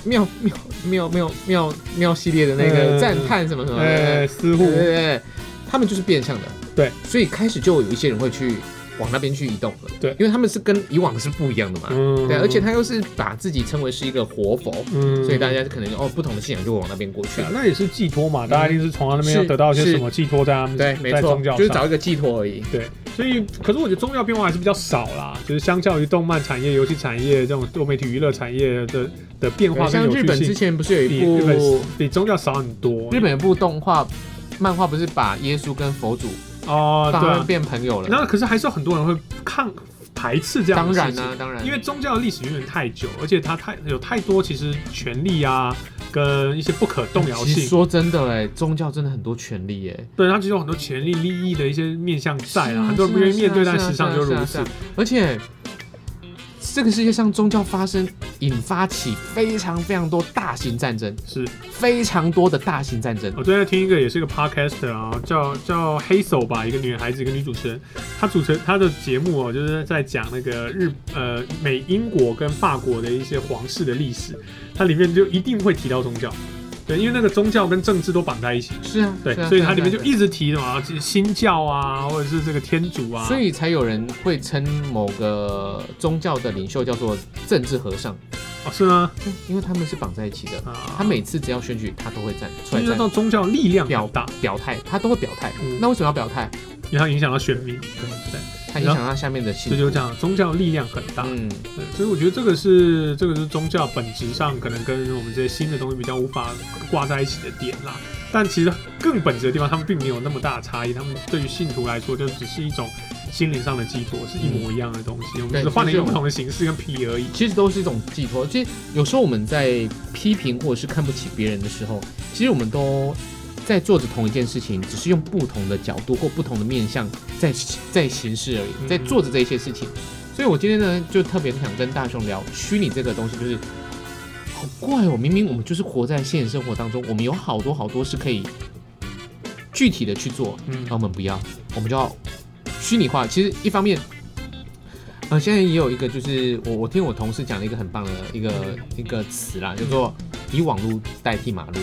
Speaker 2: 妙妙妙妙妙妙系列的那
Speaker 1: 嗯
Speaker 2: 个赞叹什么什么的，
Speaker 1: 呃，似乎
Speaker 2: 对对对，他们就是变相的，
Speaker 1: 对，
Speaker 2: 所以开始就有一些人会去往那边去移动了，
Speaker 1: 对
Speaker 2: 因为他们是跟以往的是不一样的嘛，
Speaker 1: 嗯
Speaker 2: 对，而且他又是把自己称为是一个活佛，
Speaker 1: 嗯
Speaker 2: 所以大。家可能哦不同的信仰就会往那边过去
Speaker 1: 对啊，那也是寄托嘛，大家一定是从他那边要
Speaker 2: 是
Speaker 1: 得到一些
Speaker 2: 是
Speaker 1: 什么寄托在他们
Speaker 2: 对，没
Speaker 1: 在
Speaker 2: 错
Speaker 1: 宗教，
Speaker 2: 就是
Speaker 1: 上
Speaker 2: 找一个寄托而已。
Speaker 1: 对，所以可是我觉得宗教变化还是比较少啦，就是相较于动漫产业、游戏产业这种多媒体娱乐产业的的变化跟
Speaker 2: 像
Speaker 1: 有
Speaker 2: 日
Speaker 1: 趣
Speaker 2: 本之
Speaker 1: 性，
Speaker 2: 前不是有一
Speaker 1: 比日本
Speaker 2: 部
Speaker 1: 比宗教少很多。
Speaker 2: 日本有一部动画漫画，不是把耶稣跟佛祖
Speaker 1: 哦，
Speaker 2: 放
Speaker 1: 对
Speaker 2: 他们
Speaker 1: 啊，
Speaker 2: 变朋友了？
Speaker 1: 那可是还是有很多人会抗排斥这样
Speaker 2: 当
Speaker 1: 的
Speaker 2: 然
Speaker 1: 事情
Speaker 2: 啦、，当然，
Speaker 1: 因为宗教的历史有点太久，而且它太有太多其实权利啊跟一些不可动摇
Speaker 2: 其实
Speaker 1: 性，
Speaker 2: 说真的，哎，宗教真的很多权利，哎，
Speaker 1: 对它其实有很多权利利益的一些面向在啊
Speaker 2: 是
Speaker 1: 啦，很多人不愿意面对，但
Speaker 2: 是啊
Speaker 1: 时尚就如此
Speaker 2: 是啊是啊是啊。而且这个世界上宗教发生引发起非常非常多大型战争，
Speaker 1: 是。
Speaker 2: 非常多的大型战争。
Speaker 1: 我最近在听一个也是一个 podcaster 啊，叫叫黑手吧，一个女孩子，一个女主持人，她主持她的节目哦，就是在讲那个日呃美英国跟法国的一些皇室的历史，它里面就一定会提到宗教，对，因为那个宗教跟政治都绑在一起，
Speaker 2: 是啊，
Speaker 1: 对，
Speaker 2: 是啊
Speaker 1: 所以
Speaker 2: 是啊
Speaker 1: 它里面
Speaker 2: 是
Speaker 1: 就
Speaker 2: 啊
Speaker 1: 一直提什么新教啊，或者是这个天主啊，
Speaker 2: 所以才有人会称某个宗教的领袖叫做政治和尚，
Speaker 1: 哦是吗？
Speaker 2: 嗯因为他们是绑在一起的。
Speaker 1: 啊，
Speaker 2: 他每次只要选举，他都会站出
Speaker 1: 牵
Speaker 2: 来
Speaker 1: 涉
Speaker 2: 站
Speaker 1: 到宗教力量
Speaker 2: 表
Speaker 1: 很大，
Speaker 2: 表态，他都会表态
Speaker 1: 嗯。
Speaker 2: 那为什么要表态？
Speaker 1: 因为它影响到选民，
Speaker 2: 他影响到下面的信
Speaker 1: 这
Speaker 2: 徒。
Speaker 1: 就是这样，宗教力量很大。
Speaker 2: 嗯，
Speaker 1: 对，所以我觉得这个是这个是宗教本质上可能跟我们这些新的东西比较无法挂在一起的点啦。但其实更本质的地方，他们并没有那么大的差异。他们对于信徒来说，就只是一种心灵上的寄托，是一模一样的东
Speaker 2: 嗯
Speaker 1: 西。我们只是换了一个不同的形式跟皮而已。
Speaker 2: 其实都是一种寄托。其实有时候我们在批评或者是看不起别人的时候，其实我们都在做着同一件事情，只是用不同的角度或不同的面向在在行事而
Speaker 1: 嗯
Speaker 2: 已，在做着这些事情。所以我今天呢，就特别想跟大雄聊虚拟这个东西，就是好怪哦，明明我们就是活在现实生活当中，我们有好多好多是可以具体的去做，
Speaker 1: 嗯
Speaker 2: 那我们不要，我们就要虚拟化。其实一方面，呃，现在也有一个，就是我我听我同事讲了一个很棒的一个一个词啦，叫做以网络代替马路，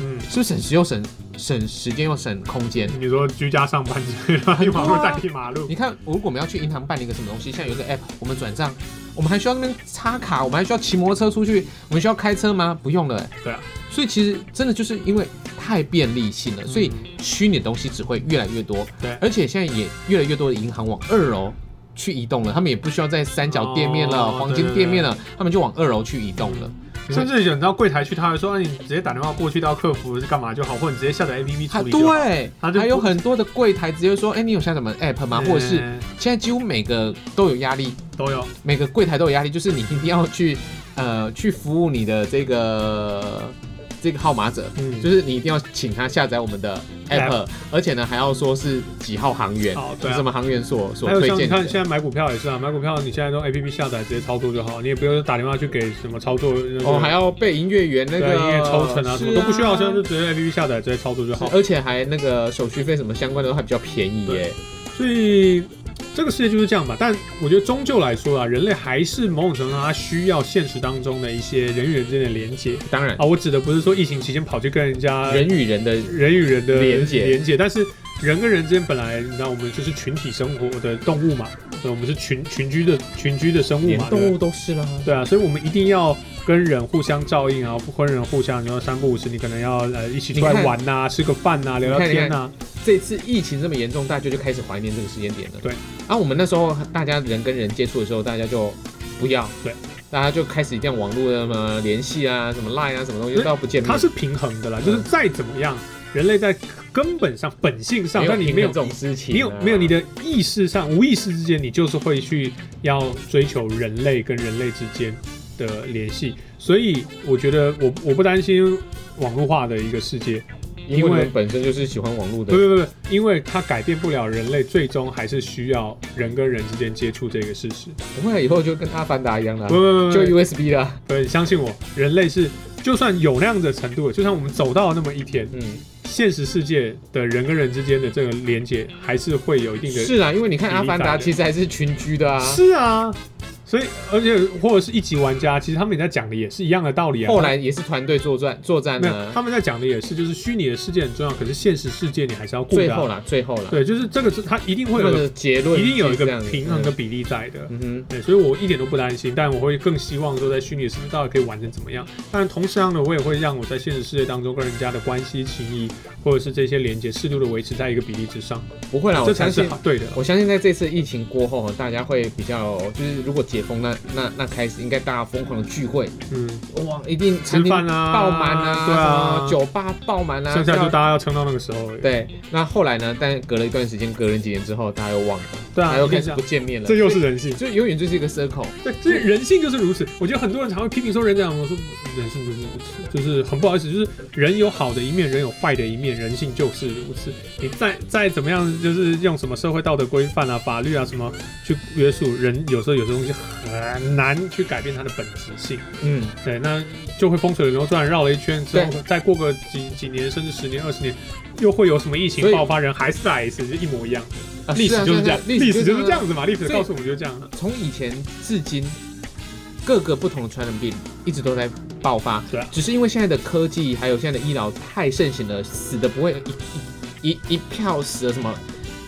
Speaker 1: 嗯，
Speaker 2: 是不是省时又省省时间又省空间？
Speaker 1: 你说居家上班之类的，用网络代替马路，
Speaker 2: 你看，如果我们要去银行办理一个什么东西，现在有一个 app，我们转账，我们还需要那边插卡，我们还需要骑摩托车出去，我们需要开车吗？不用了、欸。
Speaker 1: 对啊。
Speaker 2: 所以其实真的就是因为太便利性了，所以虚拟的东西只会越来越多。
Speaker 1: 对
Speaker 2: 而且现在也越来越多的银行往二楼去移动了，他们也不需要在三角店面了、
Speaker 1: 哦嗯
Speaker 2: 黄金店面了，他们就往二楼去移动了。
Speaker 1: 甚至有人到柜台去，他还说：“那、啊你直接打电话过去到客服是干嘛就好，或者你直接下载 APP
Speaker 2: 啊，
Speaker 1: 处理就好。
Speaker 2: 对，
Speaker 1: 他就不
Speaker 2: 还有很多的柜台直接说，哎，你有下什么 app 吗？或者是
Speaker 1: 嗯
Speaker 2: 现在几乎每个都有压力，
Speaker 1: 都有，
Speaker 2: 每个柜台都有压力，就是你一定要去呃去服务你的这个这个号码者，
Speaker 1: 嗯，
Speaker 2: 就是你一定要请他下载我们的
Speaker 1: App
Speaker 2: app，而且呢还要说是几号航员，
Speaker 1: 哦对
Speaker 2: 是
Speaker 1: 啊
Speaker 2: 什么航员所所
Speaker 1: 还有
Speaker 2: 推
Speaker 1: 像你
Speaker 2: 荐
Speaker 1: 看，
Speaker 2: 的。
Speaker 1: 现在买股票也是啊，买股票你现在都 A P P 下载直接操作就好，你也不用打电话去给什么操作，
Speaker 2: 哦，还要被音乐员
Speaker 1: 那
Speaker 2: 那个
Speaker 1: 个音乐抽成啊，什么都不需要，现在就
Speaker 2: 就
Speaker 1: 直接 A P P 下载直接操作就好。
Speaker 2: 而且还那个手续费什么相关的都还比较便宜耶。
Speaker 1: 所以这个世界就是这样吧。但我觉得终究来说啊，人类还是某种程度上它需要现实当中的一些人与人之间的连接
Speaker 2: 当然，
Speaker 1: 啊。我指的不是说疫情期间跑去跟人家
Speaker 2: 人与人的
Speaker 1: 人与人的
Speaker 2: 连结
Speaker 1: 连接，但是人跟人之间本来你知道我们就是群体生活的动物嘛，所以我们是群群居的群居的生物
Speaker 2: 连
Speaker 1: 嘛，对不对
Speaker 2: 动物都是啦。
Speaker 1: 对啊，所以我们一定要跟人互相照应啊，跟人互相，你要三不五时，你可能要呃一起出来
Speaker 2: 你看
Speaker 1: 玩呐、吃个饭呐、聊聊天啊呐、
Speaker 2: 这次疫情这么严重，大家就开始怀念这个时间点了。
Speaker 1: 对，
Speaker 2: 啊，我们那时候大家人跟人接触的时候，大家就不要，
Speaker 1: 对，
Speaker 2: 大家就开始一定要网络的什么联系啊，什么 Line 啊，什么东西
Speaker 1: 对
Speaker 2: 都要不见面。
Speaker 1: 它是平衡的啦，
Speaker 2: 嗯
Speaker 1: 就是再怎么样，人类在根本上、本性上，但你没
Speaker 2: 没有
Speaker 1: 有
Speaker 2: 平衡这。种事情啊，
Speaker 1: 你有没有你的意识上、无意识之间，你就是会去要追求人类跟人类之间的联系，所以我觉得我我不担心网络化的一个世界，
Speaker 2: 因
Speaker 1: 因
Speaker 2: 为
Speaker 1: 为
Speaker 2: 人本身就是喜欢网络
Speaker 1: 不
Speaker 2: 的，
Speaker 1: 不不不，因为它改变不了人类最终还是需要人跟人之间接触这个事实。
Speaker 2: 不会以后就跟阿凡达一样啦
Speaker 1: 不，不不
Speaker 2: 就
Speaker 1: 不
Speaker 2: USB 啦。
Speaker 1: 不，相信我，人类是就算有那样子的程度，就算我们走到那么一天，
Speaker 2: 嗯，
Speaker 1: 现实世界的人跟人之间的这个连接还是会有一定的
Speaker 2: 是啊，因为你看
Speaker 1: 比例
Speaker 2: 阿凡
Speaker 1: 在
Speaker 2: 达
Speaker 1: 的
Speaker 2: 其实还是群居的啊。
Speaker 1: 是啊，所以而且或者是一级玩家，其实他们也在讲的也是一样的道理啊。
Speaker 2: 后来也是团队作战作战啊
Speaker 1: 没有，
Speaker 2: 呢，
Speaker 1: 他们在讲的也是，就是虚拟的世界很重要，可是现实世界你还是要顾
Speaker 2: 最
Speaker 1: 的啊、
Speaker 2: 后啦，最后啦，
Speaker 1: 对，就是这个是它一定会
Speaker 2: 他
Speaker 1: 有
Speaker 2: 们
Speaker 1: 个
Speaker 2: 的结论
Speaker 1: 一定有一
Speaker 2: 是
Speaker 1: 个
Speaker 2: 这样子
Speaker 1: 平衡的。比例在的。
Speaker 2: 嗯嗯
Speaker 1: 对，所以我一点都不担心，但我会更希望说，在虚拟的世界到底可以玩成怎么样。但同时上呢，我也会让我在现实世界当中跟人家的关系、情谊，或者是这些连接，适度的维持在一个比例之上，
Speaker 2: 哼，不会啦，
Speaker 1: 这
Speaker 2: 我
Speaker 1: 才
Speaker 2: 相
Speaker 1: 是
Speaker 2: 信
Speaker 1: 好对的。
Speaker 2: 我相信在这次疫情过后，大家会比较，就是如果解封那那那开始，应该大家疯狂的聚会，
Speaker 1: 嗯，
Speaker 2: 哇，一定餐
Speaker 1: 吃
Speaker 2: 厅
Speaker 1: 饭啊
Speaker 2: 爆满啊，
Speaker 1: 对啊
Speaker 2: 什么酒吧爆满啊，
Speaker 1: 剩下就
Speaker 2: 这样
Speaker 1: 大家要撑到那个时候而已。
Speaker 2: 对。那后来呢？但隔了一段时间，隔了几年之后，大家又忘了，
Speaker 1: 对
Speaker 2: 大
Speaker 1: 啊，
Speaker 2: 家又
Speaker 1: 一定
Speaker 2: 开
Speaker 1: 这
Speaker 2: 始
Speaker 1: 样
Speaker 2: 不见面了。
Speaker 1: 这又是人性。
Speaker 2: 就就永远就是一个 circle，
Speaker 1: 对，这人性就是如此。我觉得很多人常会批评说人讲，我说人性就是如此，就是很不好意思，就是人有好的一面，人有坏的一面，人性就是如此。你再再怎么样，就是用什么社会道德规范啊、法律啊什么去约束人，有时候有些东西很难去改变它的本质性。
Speaker 2: 嗯，
Speaker 1: 对，那就会风水轮流转，绕了一圈之后
Speaker 2: 对，
Speaker 1: 再过个几几年，甚至十年、二十年，又会有什么疫情
Speaker 2: 所以
Speaker 1: 爆发，人还是来一次，就一模一样。
Speaker 2: 啊
Speaker 1: 历史就是这样，历史就是这。
Speaker 2: 啊啊
Speaker 1: 样子嘛，历史
Speaker 2: 所以
Speaker 1: 告诉我们就是这样啊。
Speaker 2: 从以前至今，各个不同的传染病一直都在爆发，
Speaker 1: 对啊
Speaker 2: 只是因为现在的科技还有现在的医疗太盛行了，死的不会一一一一票死了什么，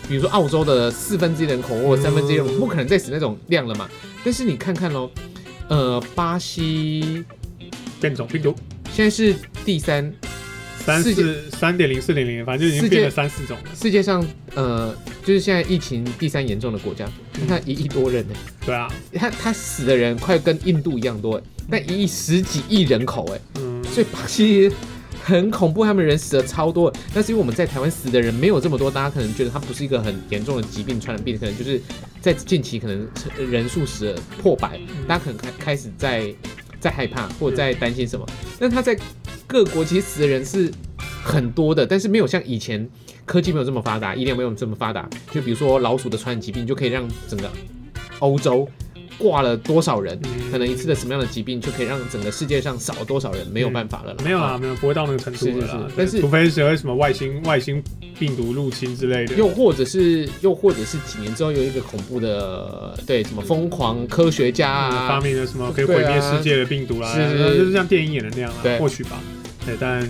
Speaker 2: 比如说澳洲的四分之一人口或者三分之一人口，
Speaker 1: 嗯
Speaker 2: 不可能再死那种量了嘛。但是你看看喽，呃，巴西
Speaker 1: 变种病毒。
Speaker 2: 现在是第三，
Speaker 1: 三
Speaker 2: 世界
Speaker 1: 四三点零四点零，反正就已经变了三四种了。
Speaker 2: 世界上呃就是现在疫情第三严重的国家，你看一亿多人呢、
Speaker 1: 对啊，
Speaker 2: 他他死的人快跟印度一样多、欸，那一亿十几亿人口哎、
Speaker 1: 嗯，
Speaker 2: 所以巴西很恐怖，他们人死了超多。但是因为我们在台湾死的人没有这么多，大家可能觉得它不是一个很严重的疾病，传染病可能就是在近期可能呃人数死了破百，大家可能开开始在在害怕或者在担心什么。但他在各国其实死的人是很多的，但是没有像以前。科技没有这么发达，医疗没有这么发达。就比如说老鼠的传染疾病，就可以让整个欧洲挂了多少人，
Speaker 1: 嗯
Speaker 2: 可能一次的什么样的疾病，就可以让整个世界上少多少人，没有办法了啦。
Speaker 1: 嗯
Speaker 2: 啊
Speaker 1: 没有啊啦，没有，不会到那个程度的啦。
Speaker 2: 是是是
Speaker 1: 对
Speaker 2: 但是
Speaker 1: 除非是有什么外星外星病毒入侵之类的。
Speaker 2: 又或者是，又或者是几年之后有一个恐怖的，对什么疯狂科学家
Speaker 1: 嗯发
Speaker 2: 啊，
Speaker 1: 明了什么可以毁灭世界的病毒啦，
Speaker 2: 对啊是
Speaker 1: 那就是像电影演的那样啊，
Speaker 2: 对
Speaker 1: 或许吧。对，但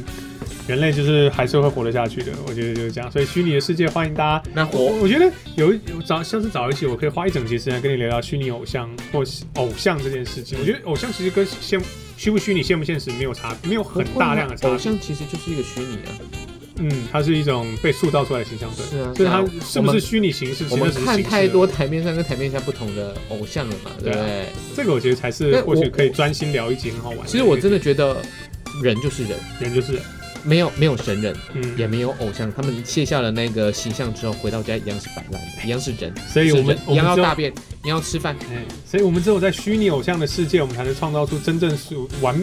Speaker 1: 人类就是还是会活得下去的，我觉得就是这样。所以虚拟的世界，欢迎大家。
Speaker 2: 那
Speaker 1: 我
Speaker 2: 活
Speaker 1: 我觉得有一有找下次找一期，我可以花一整期时间跟你聊聊虚拟偶像或是偶像这件事情。我觉得偶像其实跟现虚不虚拟、现不现实没有差，没有很大量的差
Speaker 2: 偶
Speaker 1: 别。
Speaker 2: 像其实就是一个虚拟啊。
Speaker 1: 嗯，它是一种被塑造出来的形象，对，
Speaker 2: 是啊
Speaker 1: 所以
Speaker 2: 是啊
Speaker 1: 它是不
Speaker 2: 我
Speaker 1: 是
Speaker 2: 们
Speaker 1: 虚拟形式，
Speaker 2: 我
Speaker 1: 其实
Speaker 2: 们
Speaker 1: 只是
Speaker 2: 看
Speaker 1: 形式
Speaker 2: 太多
Speaker 1: 而已，
Speaker 2: 台面上跟台面下不同的偶像了嘛，对不
Speaker 1: 对啊
Speaker 2: 对？
Speaker 1: 这个我觉得才是
Speaker 2: 但
Speaker 1: 或许
Speaker 2: 我
Speaker 1: 可以专心聊一集很好玩的一个。
Speaker 2: 其实我真的觉得，人就是人，
Speaker 1: 人就是人，
Speaker 2: 没有没有神人，也
Speaker 1: 嗯，
Speaker 2: 没有偶像。他们卸下了那个形象之后，回到家一样是摆烂的，一样是人，
Speaker 1: 所以我们
Speaker 2: 是人
Speaker 1: 我
Speaker 2: 一样
Speaker 1: 们
Speaker 2: 要
Speaker 1: 只有
Speaker 2: 大，便，一样要吃饭，
Speaker 1: 哎所以我们只有在虚拟偶像的世界，我们才能创造出真正属完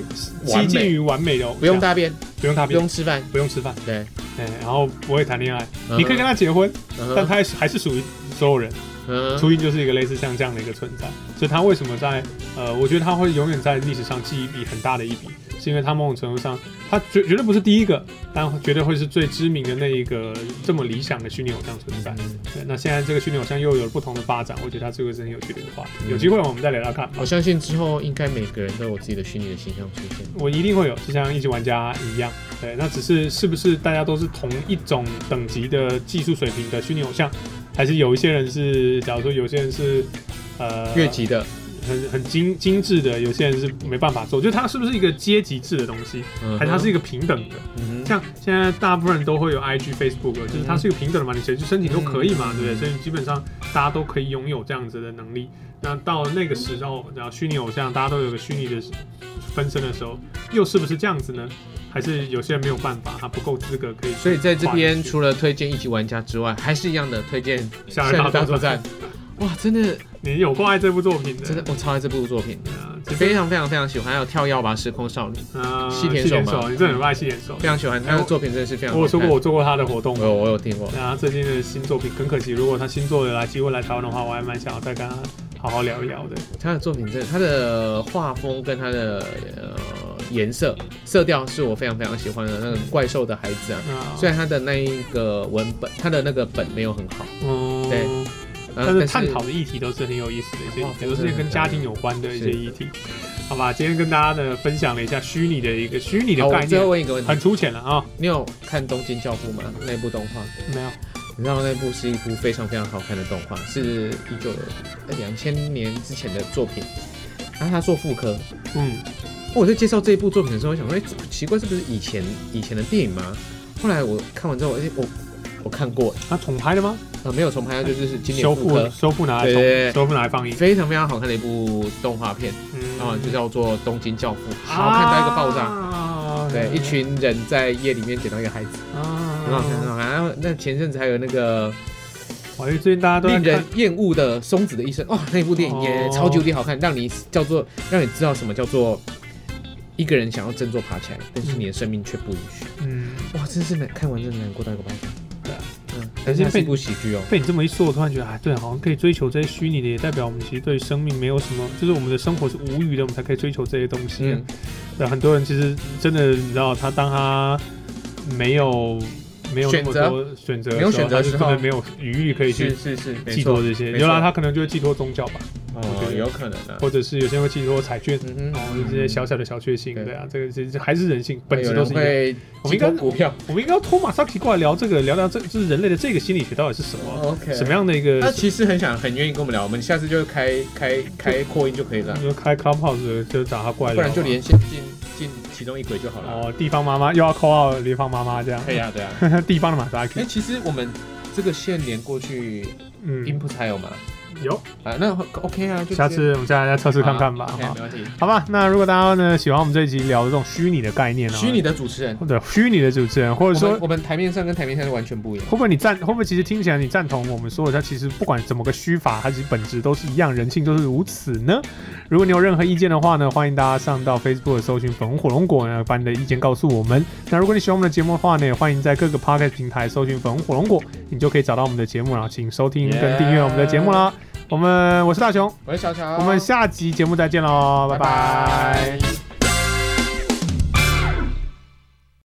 Speaker 2: 完
Speaker 1: 接
Speaker 2: 美
Speaker 1: 近于完美的偶像，
Speaker 2: 不用大便，
Speaker 1: 不用大
Speaker 2: 不
Speaker 1: 便，
Speaker 2: 用吃饭，
Speaker 1: 不用吃饭，
Speaker 2: 对。
Speaker 1: 哎，然后不会谈恋爱，你可以跟
Speaker 2: 看，
Speaker 1: 他结婚，
Speaker 2: 嗯哼
Speaker 1: 但他还是还是属于所有人。
Speaker 2: 嗯
Speaker 1: 初音就是一个类似像这样的一个存在，所以他为什么在呃，我觉得他会永远在历史上记一笔很大的一笔，是因为他某种程度上，他绝绝对不是第一个，但绝对会是最知名的那一个这么理想的虚拟偶像存在。
Speaker 2: 嗯
Speaker 1: 对，那现在这个虚拟偶像又有了不同的发展，我觉得他这个是很有趣的一个话题，
Speaker 2: 嗯
Speaker 1: 有机会我们再聊聊看。
Speaker 2: 我相信之后应该每个人都有自己的虚拟的形象出现。
Speaker 1: 我一定会有，就像一级玩家一样，对，那只是是不是大家都是同一种等级的技术水平的虚拟偶像，还是有一些人是，假如说有些人是，呃，
Speaker 2: 越级的，
Speaker 1: 很很精精致的，有些人是没办法做，就它是不是一个阶级制的东西，
Speaker 2: 嗯
Speaker 1: 还是它是一个平等的？
Speaker 2: 嗯哼
Speaker 1: 像现在大部分人都会有 IG、Facebook，就是它是一个平等的嘛，你谁去申请都可以嘛，
Speaker 2: 嗯
Speaker 1: 对不对？所以基本上大家都可以拥有这样子的能力。那到那个时候，然后虚拟偶像大家都有个虚拟的分身的时候，又是不是这样子呢？还是有些人没有办法，他不够资格可以去跨进去。
Speaker 2: 所以在这边除了推荐一级玩家之外，还是一样的推荐
Speaker 1: 下一个大 (laughs)
Speaker 2: 大
Speaker 1: 作
Speaker 2: 作
Speaker 1: 战
Speaker 2: 战。哇，真的
Speaker 1: 你有够爱这部作品的，
Speaker 2: 真的，我超爱这部作品，
Speaker 1: 对啊，其实
Speaker 2: 非常非常非常喜欢。还有《跳跃吧时空少女》，
Speaker 1: 啊，
Speaker 2: 细田
Speaker 1: 细田
Speaker 2: 守嘛
Speaker 1: 守，你真的很爱细田守。
Speaker 2: 非常喜欢他的作品，真的是非常
Speaker 1: 哦我
Speaker 2: 好
Speaker 1: 有说
Speaker 2: 看。
Speaker 1: 过，我做过他的活动
Speaker 2: 哦我，有我有听过。
Speaker 1: 那他最近的新作品很可惜，如果他新作的来机会来台湾的话，我还蛮想要再跟他好好聊一聊的。
Speaker 2: 他的作品真的，他的画风跟他的呃颜色色调是我非常非常喜欢的。那个怪兽的孩子啊，
Speaker 1: 那
Speaker 2: 虽然他的那一个文本，他的那个本没有很好，
Speaker 1: 嗯，
Speaker 2: 对呃哦
Speaker 1: 但是探讨的议题都是很有意思的一些议题，都是跟家庭有关的一些议题。好吧，今天跟大家的分享了一下虚拟的一个虚拟
Speaker 2: 好，
Speaker 1: 的
Speaker 2: 我
Speaker 1: 概
Speaker 2: 最后
Speaker 1: 念，
Speaker 2: 问一个问题
Speaker 1: 很，粗浅了啊，
Speaker 2: 你有看《东京教父》吗？那部动画，
Speaker 1: 没有，
Speaker 2: 你知道那部是一部非常非常好看的动画，是一九呃两千年之前的作品。然后他做复刻，
Speaker 1: 嗯，
Speaker 2: 我在介绍这一部作品的时候，我想说，哎、这奇怪，这不是以前以前的电影吗？后来我看完之后，哎、我我看过，
Speaker 1: (laughs) 他重拍的吗？
Speaker 2: 呃，没有重拍，就是是今年
Speaker 1: 修
Speaker 2: 复刻
Speaker 1: 复，修复拿来
Speaker 2: 对对对
Speaker 1: 重修复拿来放映，
Speaker 2: 非常非常好看的一部动画片，
Speaker 1: 嗯啊
Speaker 2: 然后就叫做《东京教父》，好看到一个爆炸。
Speaker 1: 炸
Speaker 2: 对，一群人在夜里面捡到一个孩子，
Speaker 1: 啊，
Speaker 2: 很好看，很好看。然后那前阵子还有那个
Speaker 1: 我最近大家都在
Speaker 2: 令人
Speaker 1: 看，
Speaker 2: 厌恶的松子的一生，哇、那部电影也
Speaker 1: 哦
Speaker 2: 超级无敌好看，让你叫做让你知道什么叫做一个人想要振作爬起来，但是你的生命却不允许。
Speaker 1: 嗯，
Speaker 2: 哇，真是难，看完真的难过到一个爆炸。
Speaker 1: 对啊，
Speaker 2: 嗯，但是它是一部喜剧哦。
Speaker 1: 被你这么一说，我突然觉得，哎，对，好像可以追求这些虚拟的，也代表我们其实对生命没有什么，就是我们的生活是无语的，我们才可以追求这些东西。
Speaker 2: 嗯，
Speaker 1: 对，很多人其实真的，你知道，他当他没有没有那么多选择的时候，
Speaker 2: 没有选择
Speaker 1: 他
Speaker 2: 的
Speaker 1: 就
Speaker 2: 时
Speaker 1: 根
Speaker 2: 候
Speaker 1: 本没有余裕可以去
Speaker 2: 是是是，没
Speaker 1: 寄
Speaker 2: 错
Speaker 1: 托，这些。
Speaker 2: 没错
Speaker 1: 原来他可能就会寄托宗教吧，我觉
Speaker 2: 哦，
Speaker 1: 得
Speaker 2: 有可能啊。
Speaker 1: 或者是有些人会寄托彩券。
Speaker 2: 嗯
Speaker 1: 然后
Speaker 2: 哼，
Speaker 1: 哦这些小小的小确幸，
Speaker 2: 对
Speaker 1: 对啊，这个其实还是人性，本质
Speaker 2: 有
Speaker 1: 都
Speaker 2: 人
Speaker 1: 是一样。
Speaker 2: 会
Speaker 1: 我们
Speaker 2: 寄
Speaker 1: 应该
Speaker 2: 托股票。
Speaker 1: 我们应该要托马萨提过来聊这个，聊聊这就是人类的这个心理学到底是什么，
Speaker 2: OK，
Speaker 1: 什么样的一个
Speaker 2: 他其实很想很愿意跟我们聊，我们下次就开开开扩音就可以了
Speaker 1: 你，就开 Clubhouse 就找他过来
Speaker 2: 不
Speaker 1: 聊
Speaker 2: 然
Speaker 1: 嘛，
Speaker 2: 就连线进进其中一轨就好了。
Speaker 1: 哦地方妈妈又要 call out 地方妈妈这样，
Speaker 2: 可以啊，对啊。
Speaker 1: (laughs)
Speaker 2: (laughs)
Speaker 1: 地方的马萨
Speaker 2: 哎、
Speaker 1: 克，
Speaker 2: 其实我们这个线连过去
Speaker 1: 嗯，
Speaker 2: input 还有嘛？
Speaker 1: 有，
Speaker 2: 啊，那 OK 啊，就
Speaker 1: 下次我们下来再测试看看吧，
Speaker 2: 好
Speaker 1: 好吧
Speaker 2: OK，没问题。
Speaker 1: 好吧，那如果大家呢喜欢我们这一集聊的这种虚拟的概念呢，
Speaker 2: 虚拟的主持人，
Speaker 1: 或者虚拟的主持人，或
Speaker 2: 我
Speaker 1: 者说
Speaker 2: 们我们台面上跟台面下是完全不一样。
Speaker 1: 会不会你赞？会不会其实听起来你赞同我们说的？它其实不管怎么个虚法，它其实本质都是一样，人性都是如此呢？如果你有任何意见的话呢，欢迎大家上到 Facebook 搜寻“粉红火龙果”呢，把你的意见告诉我们。那如果你喜欢我们的节目的话呢，也欢迎在各个 Podcast 平台搜寻“粉红火龙果”，你就可以找到我们的节目，然后请收听跟订阅我们的节目啦。我们我是大雄，
Speaker 2: 我是小乔，
Speaker 1: 我们下集节目再见喽，拜拜
Speaker 2: 拜